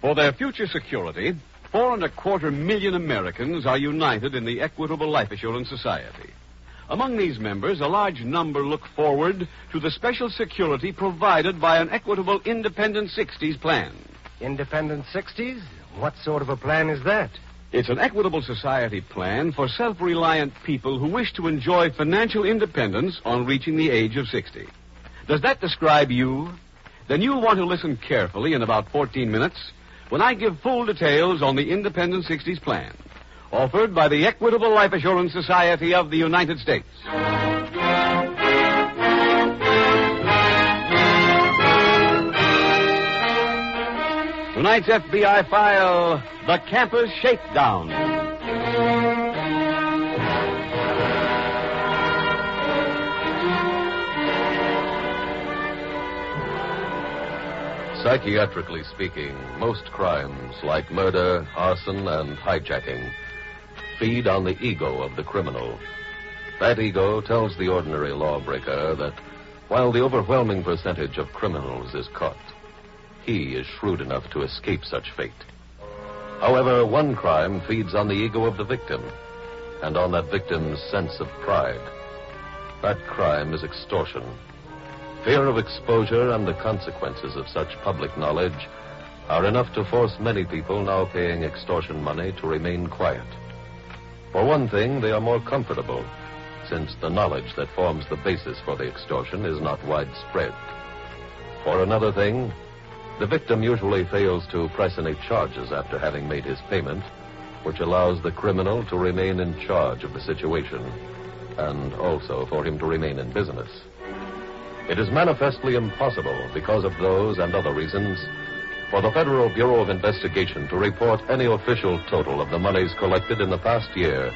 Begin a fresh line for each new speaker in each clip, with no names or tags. For their future security, four and a quarter million Americans are united in the Equitable Life Assurance Society. Among these members, a large number look forward to the special security provided by an Equitable Independent 60s plan.
Independent 60s? What sort of a plan is that?
It's an Equitable Society plan for self reliant people who wish to enjoy financial independence on reaching the age of 60. Does that describe you? Then you'll want to listen carefully in about 14 minutes when I give full details on the Independent 60s plan, offered by the Equitable Life Assurance Society of the United States. Tonight's FBI file The Campus Shakedown.
Psychiatrically speaking, most crimes, like murder, arson, and hijacking, feed on the ego of the criminal. That ego tells the ordinary lawbreaker that while the overwhelming percentage of criminals is caught, he is shrewd enough to escape such fate. However, one crime feeds on the ego of the victim and on that victim's sense of pride. That crime is extortion. Fear of exposure and the consequences of such public knowledge are enough to force many people now paying extortion money to remain quiet. For one thing, they are more comfortable, since the knowledge that forms the basis for the extortion is not widespread. For another thing, the victim usually fails to press any charges after having made his payment, which allows the criminal to remain in charge of the situation and also for him to remain in business. It is manifestly impossible, because of those and other reasons, for the Federal Bureau of Investigation to report any official total of the monies collected in the past year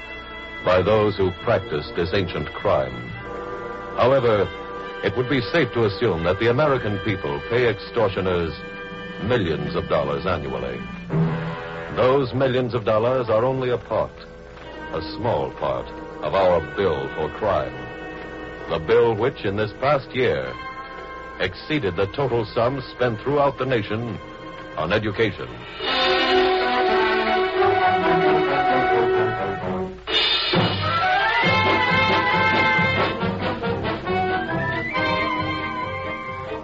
by those who practiced this ancient crime. However, it would be safe to assume that the American people pay extortioners millions of dollars annually. Those millions of dollars are only a part, a small part, of our bill for crime the bill which, in this past year, exceeded the total sum spent throughout the nation on education.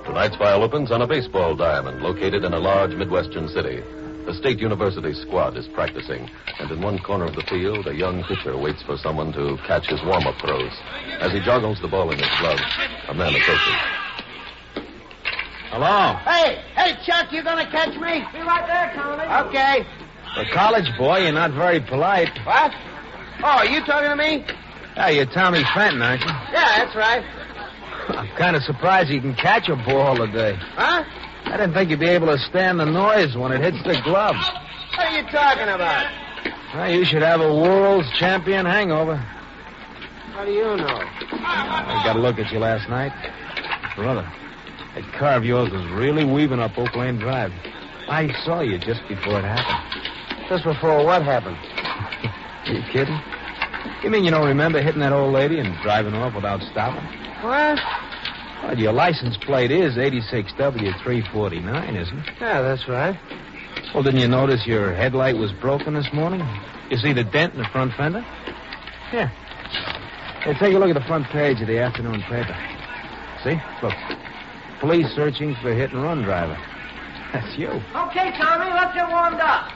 Tonight's file opens on a baseball diamond located in a large Midwestern city. The state university squad is practicing, and in one corner of the field, a young pitcher waits for someone to catch his warm up throws. As he joggles the ball in his glove, a man approaches. Hello.
Hey, hey, Chuck, you gonna catch me? Be right there, Connie. Okay.
A college boy, you're not very polite.
What? Oh, are you talking to me?
Yeah, you're Tommy Fenton, aren't you?
Yeah, that's right.
I'm kind of surprised you can catch a ball today.
Huh?
I didn't think you'd be able to stand the noise when it hits the glove.
What are you talking about?
Well, you should have a world's champion hangover.
How do you know?
I got a look at you last night. Brother, that car of yours was really weaving up Oak Lane Drive. I saw you just before it happened.
Just before what happened?
Are you kidding? You mean you don't remember hitting that old lady and driving off without stopping?
What?
Well, your license plate is 86W349, isn't it?
Yeah, that's right.
Well, didn't you notice your headlight was broken this morning? You see the dent in the front fender? Yeah. Hey, take a look at the front page of the afternoon paper. See? Look. Police searching for hit and run driver. That's you.
Okay, Tommy, let's get warmed up.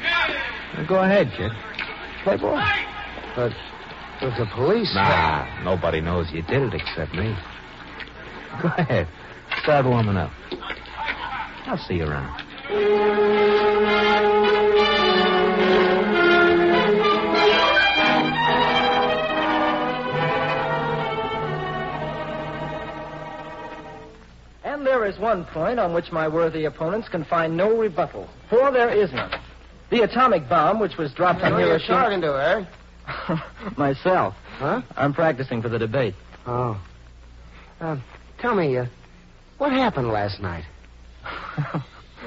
Well, Uh, Go ahead, kid. Play ball.
But if the police.
Nah, nobody knows you did it except me. Go ahead. Start warming up. I'll see you around.
And there is one point on which my worthy opponents can find no rebuttal, for there is none. The atomic bomb, which was dropped on Hiroshima.
talking to eh? her?
Myself.
Huh?
I'm practicing for the debate.
Oh. Uh, tell me, uh, what happened last night?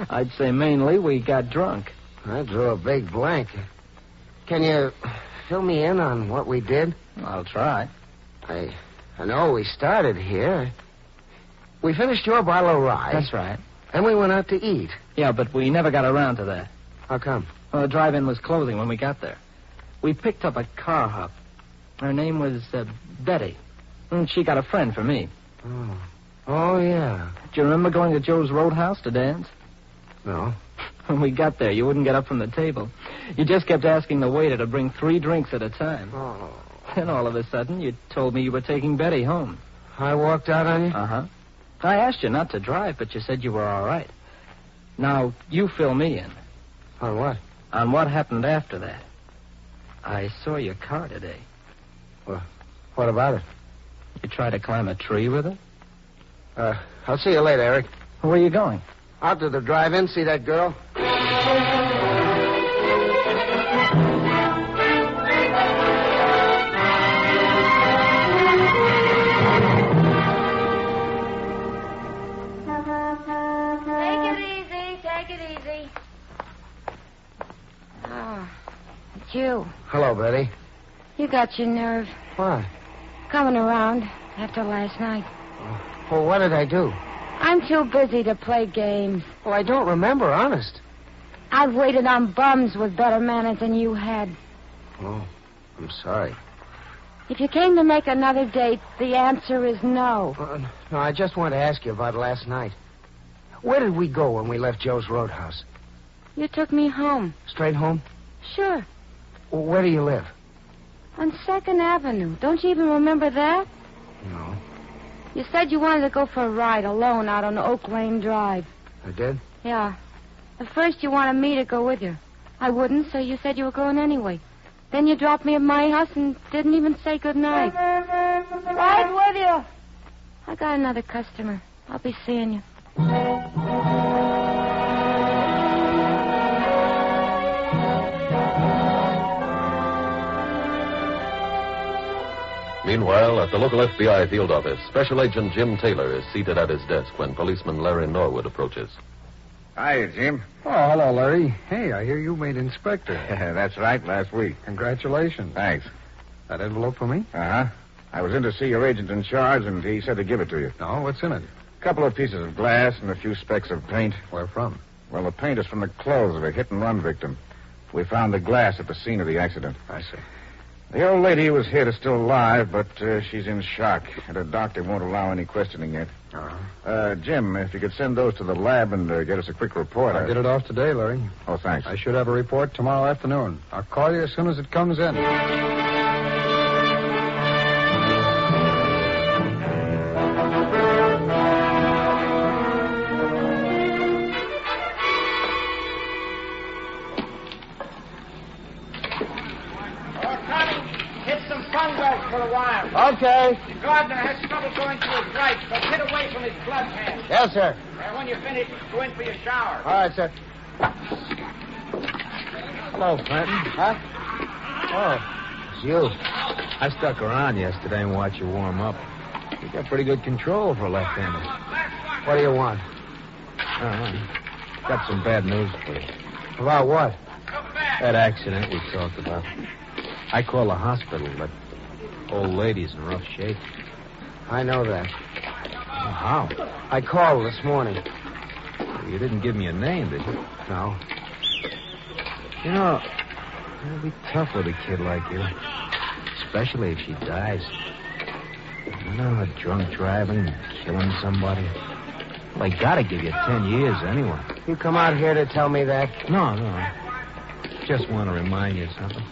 I'd say mainly we got drunk.
I drew a big blank. Can you fill me in on what we did?
I'll try.
I, I know we started here. We finished your bottle of rye.
That's right.
Then we went out to eat.
Yeah, but we never got around to that.
How come?
Well, the drive-in was closing when we got there. We picked up a car hop. Her name was uh, Betty. And she got a friend for me.
Oh. Oh, yeah.
Do you remember going to Joe's Roadhouse to dance?
No.
When we got there, you wouldn't get up from the table. You just kept asking the waiter to bring three drinks at a time.
Oh.
Then all of a sudden, you told me you were taking Betty home.
I walked out on you?
Uh huh. I asked you not to drive, but you said you were all right. Now, you fill me in
on what?
on what happened after that. I saw your car today.
What about it?
You tried to climb a tree with it?
Uh, I'll see you later, Eric.
Where are you going?
Out to the drive-in, see that girl?
Take it easy. Take it easy. Ah, it's you.
Hello, Betty.
You got your nerve
What?
coming around after last night.
Well, what did I do?
I'm too busy to play games.
Well, Oh, I don't remember, honest.
I've waited on bums with better manners than you had.
Oh, I'm sorry.
If you came to make another date, the answer is no.
Uh, no, I just wanted to ask you about last night. Where did we go when we left Joe's Roadhouse?
You took me home.
Straight home?
Sure.
Well, where do you live?
On Second Avenue. Don't you even remember that?
No.
You said you wanted to go for a ride alone out on Oak Lane Drive.
I did?
Yeah. At first you wanted me to go with you. I wouldn't, so you said you were going anyway. Then you dropped me at my house and didn't even say good night. Right with you. I got another customer. I'll be seeing you.
Meanwhile, at the local FBI field office, Special Agent Jim Taylor is seated at his desk when policeman Larry Norwood approaches.
Hiya, Jim.
Oh, hello, Larry. Hey, I hear you made inspector.
That's right, last week.
Congratulations.
Thanks.
That envelope for me?
Uh huh. I was in to see your agent in charge, and he said to give it to you.
No, what's in it?
A couple of pieces of glass and a few specks of paint.
Where from?
Well, the paint is from the clothes of a hit and run victim. We found the glass at the scene of the accident.
I see.
The old lady who was hit is still alive, but uh, she's in shock, and her doctor won't allow any questioning yet.
Uh-huh.
Uh, Jim, if you could send those to the lab and uh, get us a quick report.
I'll
I-
get it off today, Larry.
Oh, thanks.
I should have a report tomorrow afternoon. I'll call you as soon as it comes in.
Hit some sunburst for a while.
Okay.
Gardner has trouble going to his right, so get away from his blood hand.
Yes, sir.
And when you finish, go in for your shower.
All right, sir. Hello, Clinton. Huh? Oh, it's you.
I stuck around yesterday and watched you warm up. You got pretty good control for a left-hander.
What do you want?
Uh-huh. Got some bad news for you.
About what?
That accident we talked about. I called the hospital, but old lady's in rough shape.
I know that.
How?
I called this morning.
You didn't give me a name, did you?
No.
You know, it'll be tough with a kid like you. especially if she dies. You know, how drunk driving, killing somebody. They gotta give you ten years anyway.
You come out here to tell me that?
No, no. Just want to remind you of something.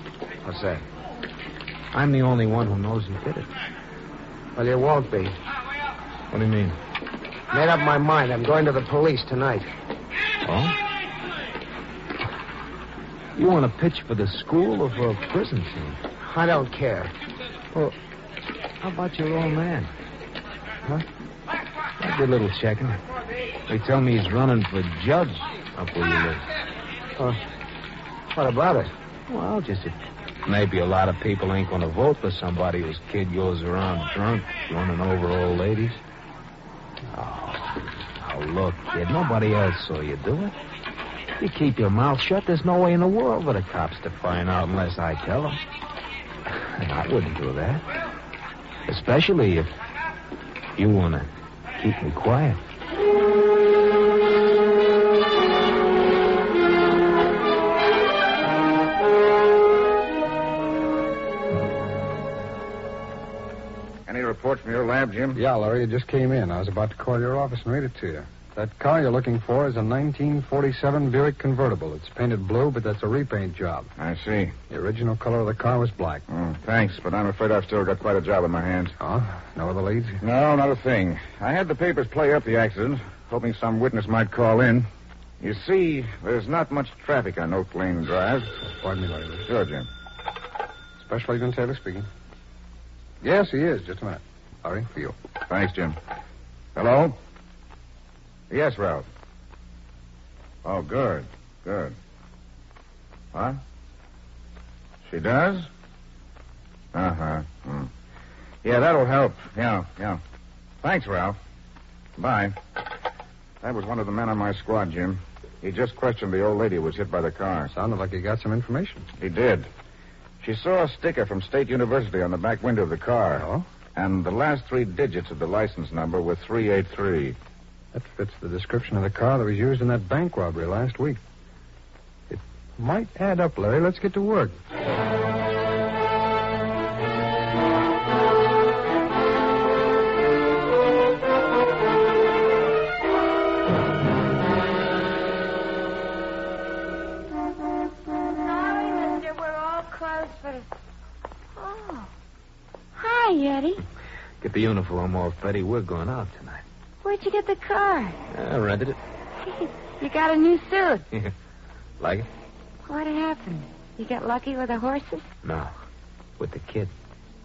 What's that?
I'm the only one who knows who did it.
Well, you won't be.
What do you mean?
Made up my mind. I'm going to the police tonight.
Oh? You want to pitch for the school or for a prison team?
I don't care.
Well, how about your old man? Huh? I did a little checking. They tell me he's running for judge up where you live.
Uh, what about it?
Well, just a, maybe a lot of people ain't going to vote for somebody whose kid goes around drunk, running over old ladies. Oh, now look, kid, nobody else saw you do it. You keep your mouth shut. There's no way in the world for the cops to find out unless I tell them. And I wouldn't do that. Especially if you want to keep me quiet.
Any report from your lab, Jim?
Yeah, Larry, it just came in. I was about to call your office and read it to you. That car you're looking for is a 1947 Buick convertible. It's painted blue, but that's a repaint job.
I see.
The original color of the car was black.
Oh, thanks, but I'm afraid I've still got quite a job on my hands.
Oh, no other leads?
No, not a thing. I had the papers play up the accident, hoping some witness might call in. You see, there's not much traffic on Oak Lane Drive.
Pardon me, Larry.
Sure, Jim.
Special Agent Taylor speaking. Yes, he is. Just a minute. Larry, for you.
Thanks, Jim. Hello? Yes, Ralph. Oh, good. Good. What? She does? Uh huh. Hmm. Yeah, that'll help. Yeah, yeah. Thanks, Ralph. Bye. That was one of the men on my squad, Jim. He just questioned the old lady who was hit by the car.
Sounded like you got some information.
He did. She saw a sticker from State University on the back window of the car.
Oh?
And the last three digits of the license number were 383.
That fits the description of the car that was used in that bank robbery last week. It might add up, Larry. Let's get to work.
Sorry, mister. We're all closed for. Oh. Hi, Eddie.
Get the uniform off, Betty. We're going out tonight.
Where'd you get the car?
I rented it.
you got a new suit.
Like it?
What happened? You got lucky with the horses?
No. With the kid.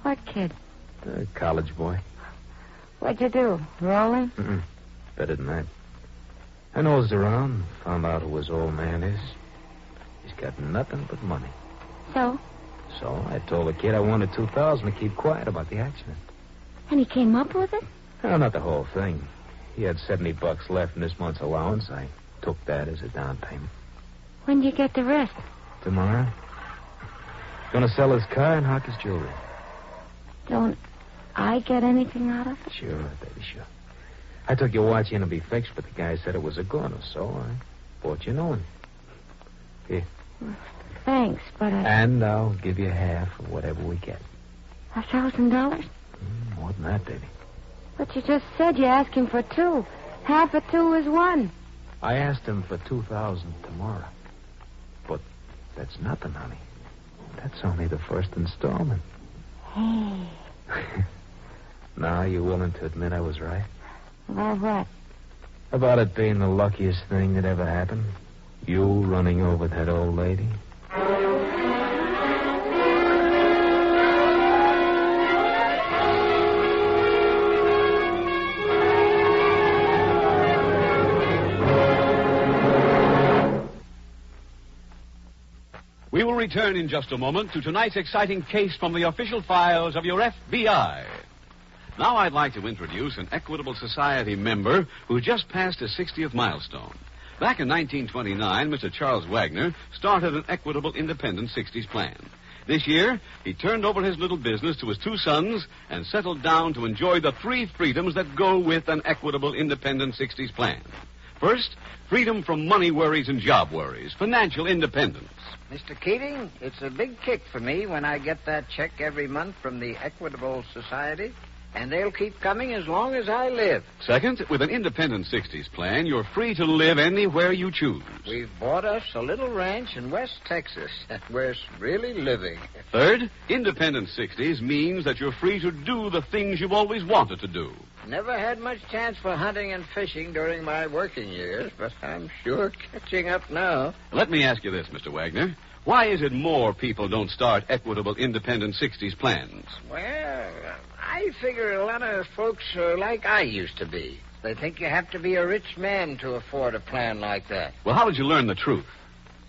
What kid?
A college boy.
What'd you do? Roll him?
Mm-mm. Better than that. I nosed around, found out who his old man is. He's got nothing but money.
So?
So I told the kid I wanted 2000 to keep quiet about the accident.
And he came up with it?
Well, not the whole thing. He had 70 bucks left in this month's allowance. I took that as a down payment.
When'd you get the rest?
Tomorrow? Gonna sell his car and hawk his jewelry.
Don't I get anything out of it?
Sure, baby, sure. I took your watch in to be fixed, but the guy said it was a goner, so I bought you a new one.
Thanks, but a,
And I'll give you half of whatever we get.
a thousand dollars?
Mm, more than that, baby.
But you just said you asked him for two. Half of two is one.
I asked him for 2000 tomorrow. But that's nothing, honey. That's only the first installment.
Hey.
now, you willing to admit I was right?
Well, what?
About it being the luckiest thing that ever happened. You running over that old lady.
We will return in just a moment to tonight's exciting case from the official files of your FBI. Now I'd like to introduce an Equitable Society member who just passed his 60th milestone. Back in 1929, Mr. Charles Wagner started an Equitable Independent 60s plan. This year, he turned over his little business to his two sons and settled down to enjoy the three freedoms that go with an Equitable Independent 60s plan. First, freedom from money worries and job worries, financial independence.
Mr. Keating, it's a big kick for me when I get that check every month from the Equitable Society, and they'll keep coming as long as I live.
Second, with an independent 60s plan, you're free to live anywhere you choose.
We've bought us a little ranch in West Texas. We're really living.
Third, independent 60s means that you're free to do the things you've always wanted to do.
Never had much chance for hunting and fishing during my working years, but I'm sure catching up now.
Let me ask you this, Mr. Wagner. Why is it more people don't start equitable independent 60s plans?
Well, I figure a lot of folks are like I used to be. They think you have to be a rich man to afford a plan like that.
Well, how did you learn the truth?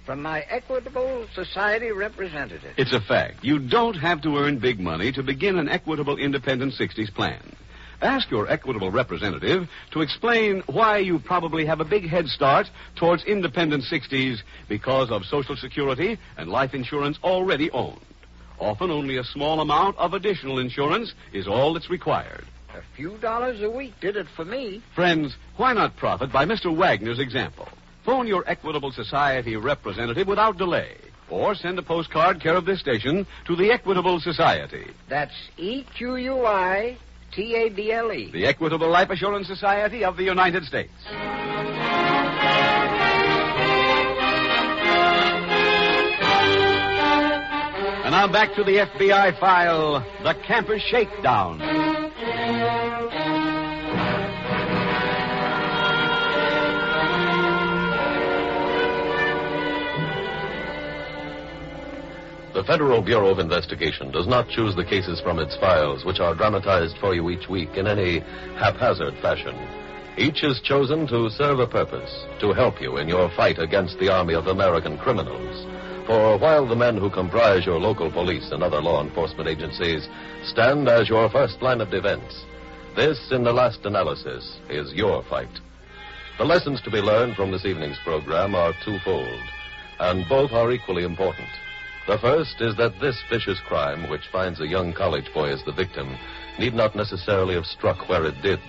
From my Equitable Society representative.
It's a fact. You don't have to earn big money to begin an equitable independent 60s plan. Ask your equitable representative to explain why you probably have a big head start towards independent 60s because of Social Security and life insurance already owned. Often only a small amount of additional insurance is all that's required.
A few dollars a week did it for me.
Friends, why not profit by Mr. Wagner's example? Phone your Equitable Society representative without delay or send a postcard care of this station to the Equitable Society.
That's E Q U I T A B L E.
the Equitable Life Assurance Society of the United States. And now back to the FBI file The Campus Shakedown.
The Federal Bureau of Investigation does not choose the cases from its files, which are dramatized for you each week in any haphazard fashion. Each is chosen to serve a purpose, to help you in your fight against the army of American criminals. For while the men who comprise your local police and other law enforcement agencies stand as your first line of defense, this, in the last analysis, is your fight. The lessons to be learned from this evening's program are twofold, and both are equally important. The first is that this vicious crime, which finds a young college boy as the victim, need not necessarily have struck where it did.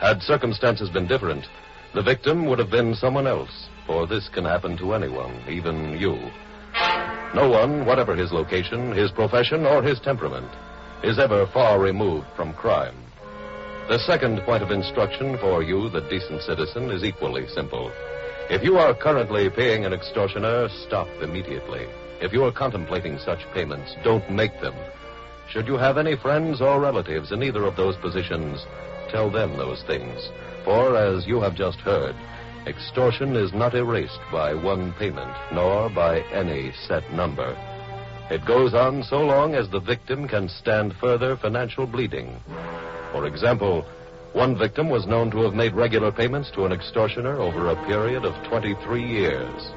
Had circumstances been different, the victim would have been someone else, for this can happen to anyone, even you. No one, whatever his location, his profession, or his temperament, is ever far removed from crime. The second point of instruction for you, the decent citizen, is equally simple. If you are currently paying an extortioner, stop immediately. If you are contemplating such payments, don't make them. Should you have any friends or relatives in either of those positions, tell them those things. For, as you have just heard, extortion is not erased by one payment, nor by any set number. It goes on so long as the victim can stand further financial bleeding. For example, one victim was known to have made regular payments to an extortioner over a period of 23 years.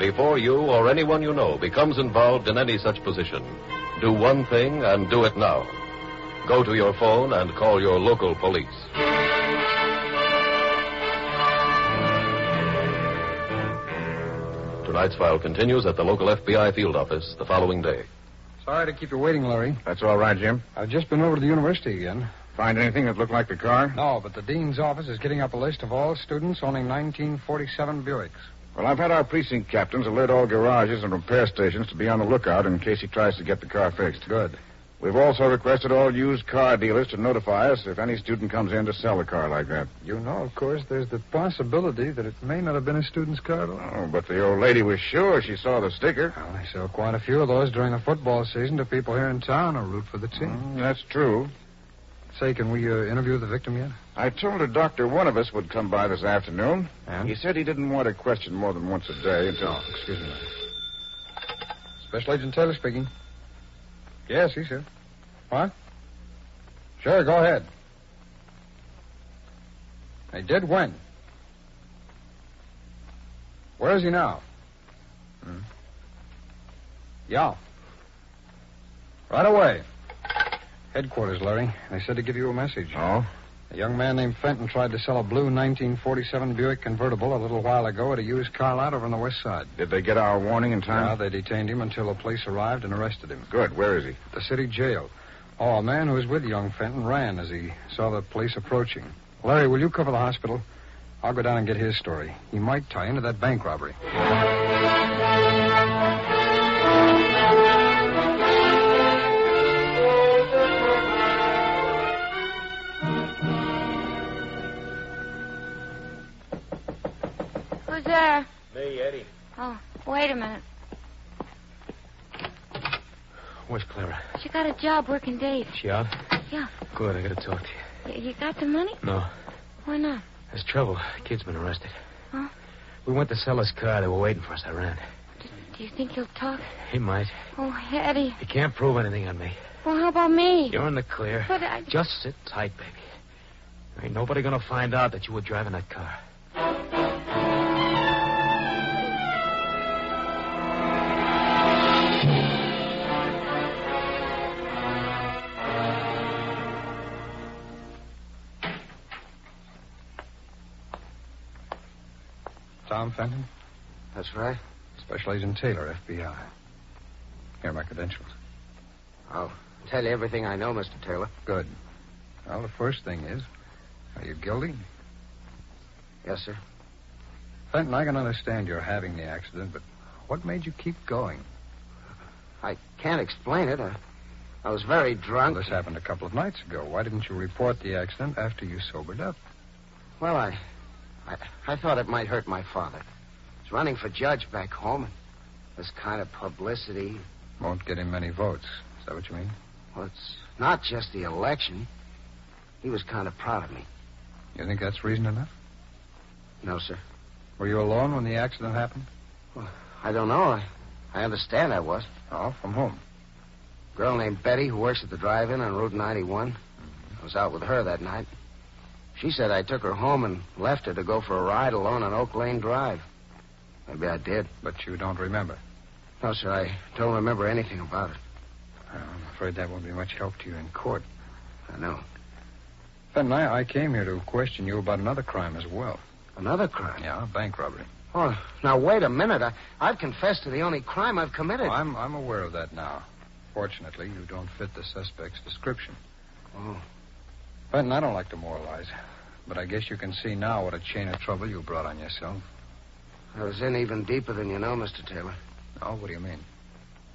Before you or anyone you know becomes involved in any such position, do one thing and do it now. Go to your phone and call your local police. Tonight's file continues at the local FBI field office the following day.
Sorry to keep you waiting, Larry.
That's all right, Jim.
I've just been over to the university again.
Find anything that looked like the car?
No, but the dean's office is getting up a list of all students owning 1947 Buicks.
Well, I've had our precinct captains alert all garages and repair stations to be on the lookout in case he tries to get the car fixed.
Good.
We've also requested all used car dealers to notify us if any student comes in to sell a car like that.
You know, of course, there's the possibility that it may not have been a student's car at all.
Oh, but the old lady was sure she saw the sticker.
Well, I sell quite a few of those during the football season to people here in town who root for the team.
Mm, that's true.
Say, can we uh, interview the victim yet?
I told her doctor one of us would come by this afternoon.
And?
He said he didn't want her questioned more than once a day until.
Oh, excuse me. Special Agent Taylor speaking. Yes, he said. What? Sure, go ahead. They did when? Where is he now? Hmm. Yeah. Right away. Headquarters, Larry. They said to give you a message.
Oh?
A young man named Fenton tried to sell a blue 1947 Buick convertible a little while ago at a used car lot over on the west side.
Did they get our warning in time?
Yeah, they detained him until the police arrived and arrested him.
Good. Where is he?
The city jail. Oh, a man who was with young Fenton ran as he saw the police approaching. Larry, will you cover the hospital? I'll go down and get his story. He might tie into that bank robbery.
Who's there?
Me, Eddie.
Oh, wait a minute.
Where's Clara?
She got a job working days.
She out?
Yeah.
Good, I gotta talk to you.
Y- you got the money?
No,
Why not?
there's trouble. Kid's been arrested.
Huh?
We went to sell his car. They were waiting for us. I ran.
Do you think he'll talk?
He might.
Oh, Eddie.
He can't prove anything on me.
Well, how about me?
You're in the clear.
But I-
Just sit tight, baby. There ain't nobody gonna find out that you were driving that car.
Tom Fenton?
That's right.
Special Agent Taylor, FBI. Here are my credentials.
I'll tell you everything I know, Mr. Taylor.
Good. Well, the first thing is, are you guilty?
Yes, sir.
Fenton, I can understand your having the accident, but what made you keep going?
I can't explain it. I, I was very drunk.
This happened a couple of nights ago. Why didn't you report the accident after you sobered up?
Well, I, I, I thought it might hurt my father. He's running for judge back home. And this kind of publicity.
Won't get him many votes. Is that what you mean?
Well, it's not just the election. He was kind of proud of me.
You think that's reason enough?
No, sir.
Were you alone when the accident happened?
I don't know. I, I understand I was.
Oh, from whom?
girl named Betty who works at the drive-in on Route 91. I was out with her that night. She said I took her home and left her to go for a ride alone on Oak Lane Drive. Maybe I did.
But you don't remember.
No, sir, I don't remember anything about it.
I'm afraid that won't be much help to you in court.
I know.
Fenton, I, I came here to question you about another crime as well.
Another crime?
Yeah, a bank robbery.
Oh, now wait a minute. I, I've confessed to the only crime I've committed.
I'm, I'm aware of that now. Fortunately, you don't fit the suspect's description.
Oh.
Fenton, I don't like to moralize, but I guess you can see now what a chain of trouble you brought on yourself.
I was in even deeper than you know, Mr. Taylor.
Oh, what do you mean?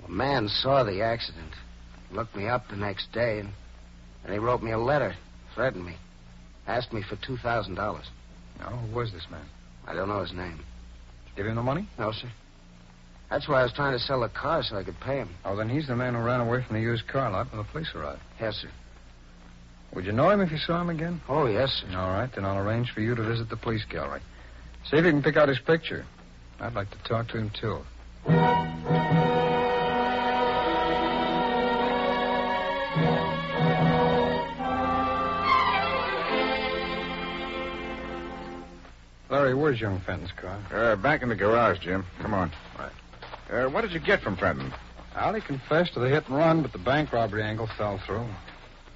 A man saw the accident, looked me up the next day, and, and he wrote me a letter, threatened me, asked me for $2,000.
Oh, who was this man?
I don't know his name.
Give him the money?
No, sir. That's why I was trying to sell the car so I could pay him.
Oh, then he's the man who ran away from the used car lot when the police arrived.
Yes, sir.
Would you know him if you saw him again?
Oh, yes, sir.
All right, then I'll arrange for you to visit the police gallery. See if you can pick out his picture. I'd like to talk to him, too. Larry, where's young Fenton's car?
Uh, back in the garage, Jim. Come on.
Right.
Uh, what did you get from Fenton?
Well, he confessed to the hit and run, but the bank robbery angle fell through.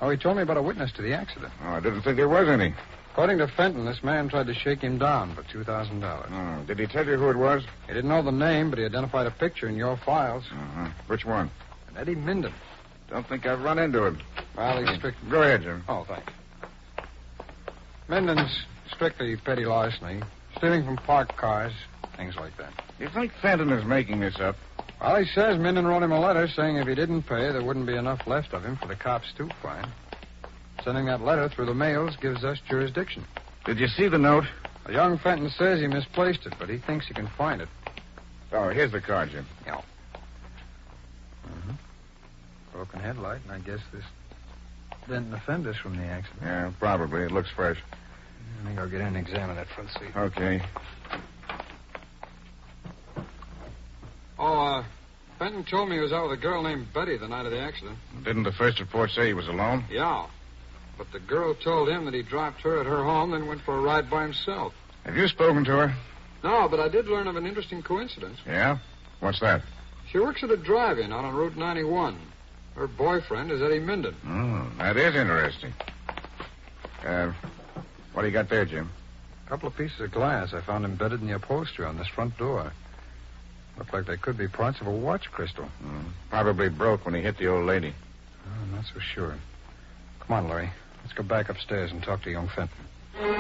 Oh, he told me about a witness to the accident.
Oh, I didn't think there was any.
According to Fenton, this man tried to shake him down for $2,000.
Oh, did he tell you who it was?
He didn't know the name, but he identified a picture in your files.
Uh-huh. Which one?
And Eddie Minden.
Don't think I've run into him.
Well, he's strict.
Go ahead, Jim.
Oh, thanks. Minden's strictly petty larceny, stealing from parked cars, things like that.
You think Fenton is making this up?
Well, he says Minden wrote him a letter saying if he didn't pay, there wouldn't be enough left of him for the cops to find. Sending that letter through the mails gives us jurisdiction.
Did you see the note?
The young Fenton says he misplaced it, but he thinks he can find it.
Oh, here's the card, Jim.
Mm-hmm. Broken headlight, and I guess this didn't offend us from the accident.
Yeah, probably. It looks fresh.
I think I'll get in and examine that front seat.
Okay.
Oh, uh, Fenton told me he was out with a girl named Betty the night of the accident.
Didn't the first report say he was alone?
Yeah. But the girl told him that he dropped her at her home, then went for a ride by himself.
Have you spoken to her?
No, but I did learn of an interesting coincidence.
Yeah? What's that?
She works at a drive-in out on Route 91. Her boyfriend is Eddie Minden.
Hmm, that is interesting. Uh, what do you got there, Jim?
A couple of pieces of glass I found embedded in the upholstery on this front door. Looked like they could be parts of a watch crystal.
Hmm, probably broke when he hit the old lady.
I'm not so sure. Come on, Larry. Let's go back upstairs and talk to young Fenton.
Well,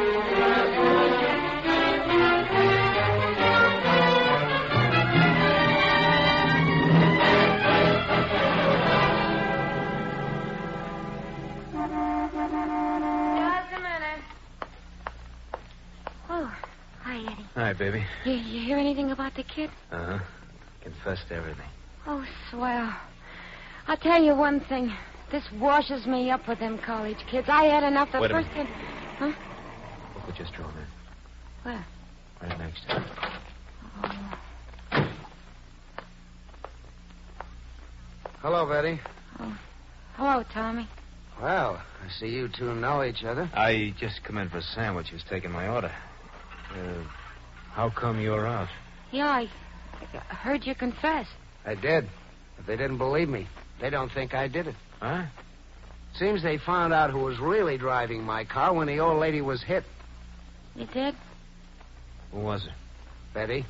Just a minute. Oh, hi, Eddie.
Hi, baby.
You, you hear anything about the kid?
Uh huh. Confessed everything.
Oh, swell. I'll tell you one thing. This washes me up with them college kids. I had enough the
Wait a
first thing. Huh?
Look what just drawn in.
Where?
Right next.
uh,
Hello, Betty.
Oh, Hello, Tommy.
Well, I see you two know each other.
I just come in for a sandwich. He was taking my order. Uh, how come you're out?
Yeah, I, I heard you confess.
I did. But they didn't believe me. They don't think I did it.
Huh?
Seems they found out who was really driving my car when the old lady was hit.
You did?
Who was it?
Betty,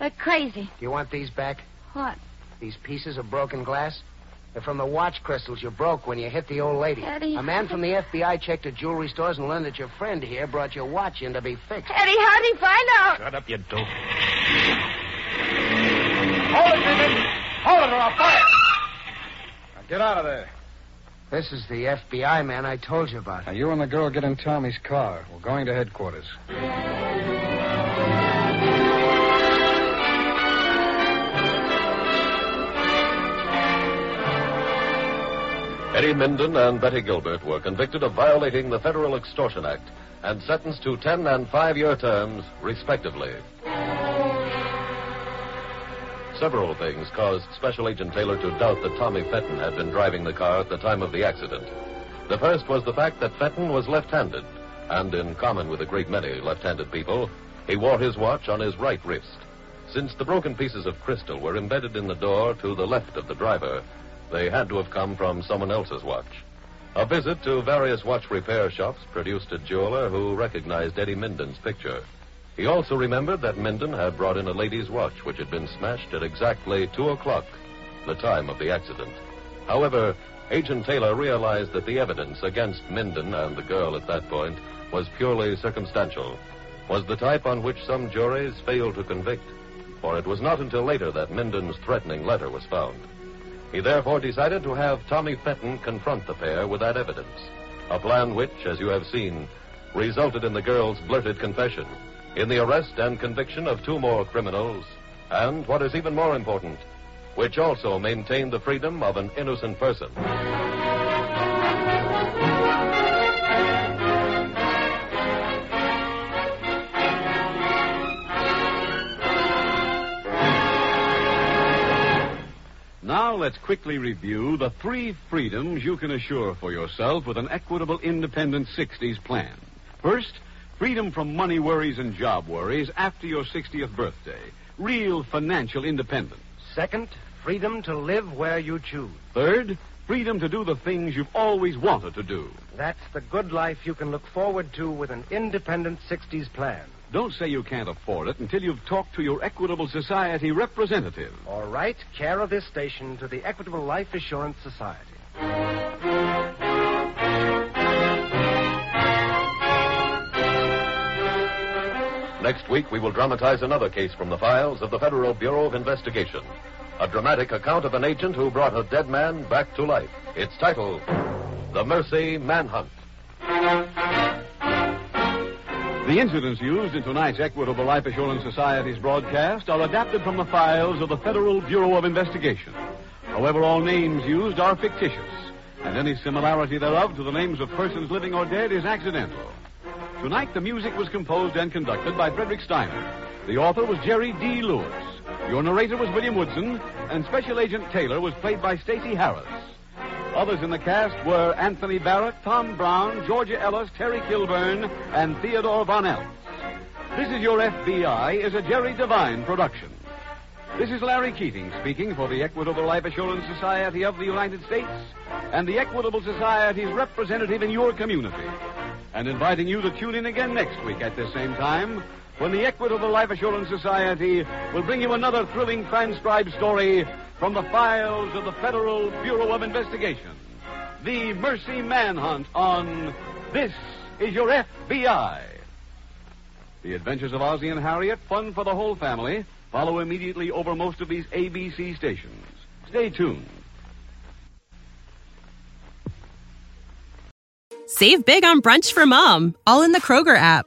They're crazy.
do you want these back?
What?
These pieces of broken glass? They're from the watch crystals you broke when you hit the old lady.
Eddie.
A man from the FBI checked at jewelry stores and learned that your friend here brought your watch in to be fixed.
Eddie, how'd he find out?
Shut up, you dope.
Hold it, Vivian. Hold it or I'll fire. Now get out of there.
This is the FBI man I told you about.
Now, you and the girl get in Tommy's car. We're going to headquarters.
Eddie Minden and Betty Gilbert were convicted of violating the Federal Extortion Act and sentenced to 10 and 5 year terms, respectively. Several things caused Special Agent Taylor to doubt that Tommy Fenton had been driving the car at the time of the accident. The first was the fact that Fenton was left handed, and in common with a great many left handed people, he wore his watch on his right wrist. Since the broken pieces of crystal were embedded in the door to the left of the driver, they had to have come from someone else's watch. A visit to various watch repair shops produced a jeweler who recognized Eddie Minden's picture. He also remembered that Minden had brought in a lady's watch which had been smashed at exactly 2 o'clock, the time of the accident. However, Agent Taylor realized that the evidence against Minden and the girl at that point was purely circumstantial, was the type on which some juries fail to convict, for it was not until later that Minden's threatening letter was found. He therefore decided to have Tommy Fenton confront the pair with that evidence, a plan which, as you have seen, resulted in the girl's blurted confession, in the arrest and conviction of two more criminals, and, what is even more important, which also maintained the freedom of an innocent person.
Now let's quickly review the three freedoms you can assure for yourself with an equitable independent 60s plan. First, freedom from money worries and job worries after your 60th birthday. Real financial independence.
Second, freedom to live where you choose.
Third, freedom to do the things you've always wanted to do.
That's the good life you can look forward to with an independent 60s plan.
Don't say you can't afford it until you've talked to your Equitable Society representative.
All right, care of this station to the Equitable Life Assurance Society.
Next week, we will dramatize another case from the files of the Federal Bureau of Investigation. A dramatic account of an agent who brought a dead man back to life. It's titled The Mercy Manhunt.
The incidents used in tonight's Equitable Life Assurance Society's broadcast are adapted from the files of the Federal Bureau of Investigation. However, all names used are fictitious, and any similarity thereof to the names of persons living or dead is accidental. Tonight, the music was composed and conducted by Frederick Steiner. The author was Jerry D. Lewis. Your narrator was William Woodson, and Special Agent Taylor was played by Stacey Harris. Others in the cast were Anthony Barrett, Tom Brown, Georgia Ellis, Terry Kilburn, and Theodore Von Eltz. This is Your FBI is a Jerry Devine production. This is Larry Keating speaking for the Equitable Life Assurance Society of the United States and the Equitable Society's representative in your community. And inviting you to tune in again next week at this same time when the Equitable Life Assurance Society will bring you another thrilling transcribed story from the files of the Federal Bureau of Investigation. The Mercy Manhunt on This Is Your FBI. The Adventures of Ozzie and Harriet, fun for the whole family, follow immediately over most of these ABC stations. Stay tuned.
Save big on brunch for mom, all in the Kroger app.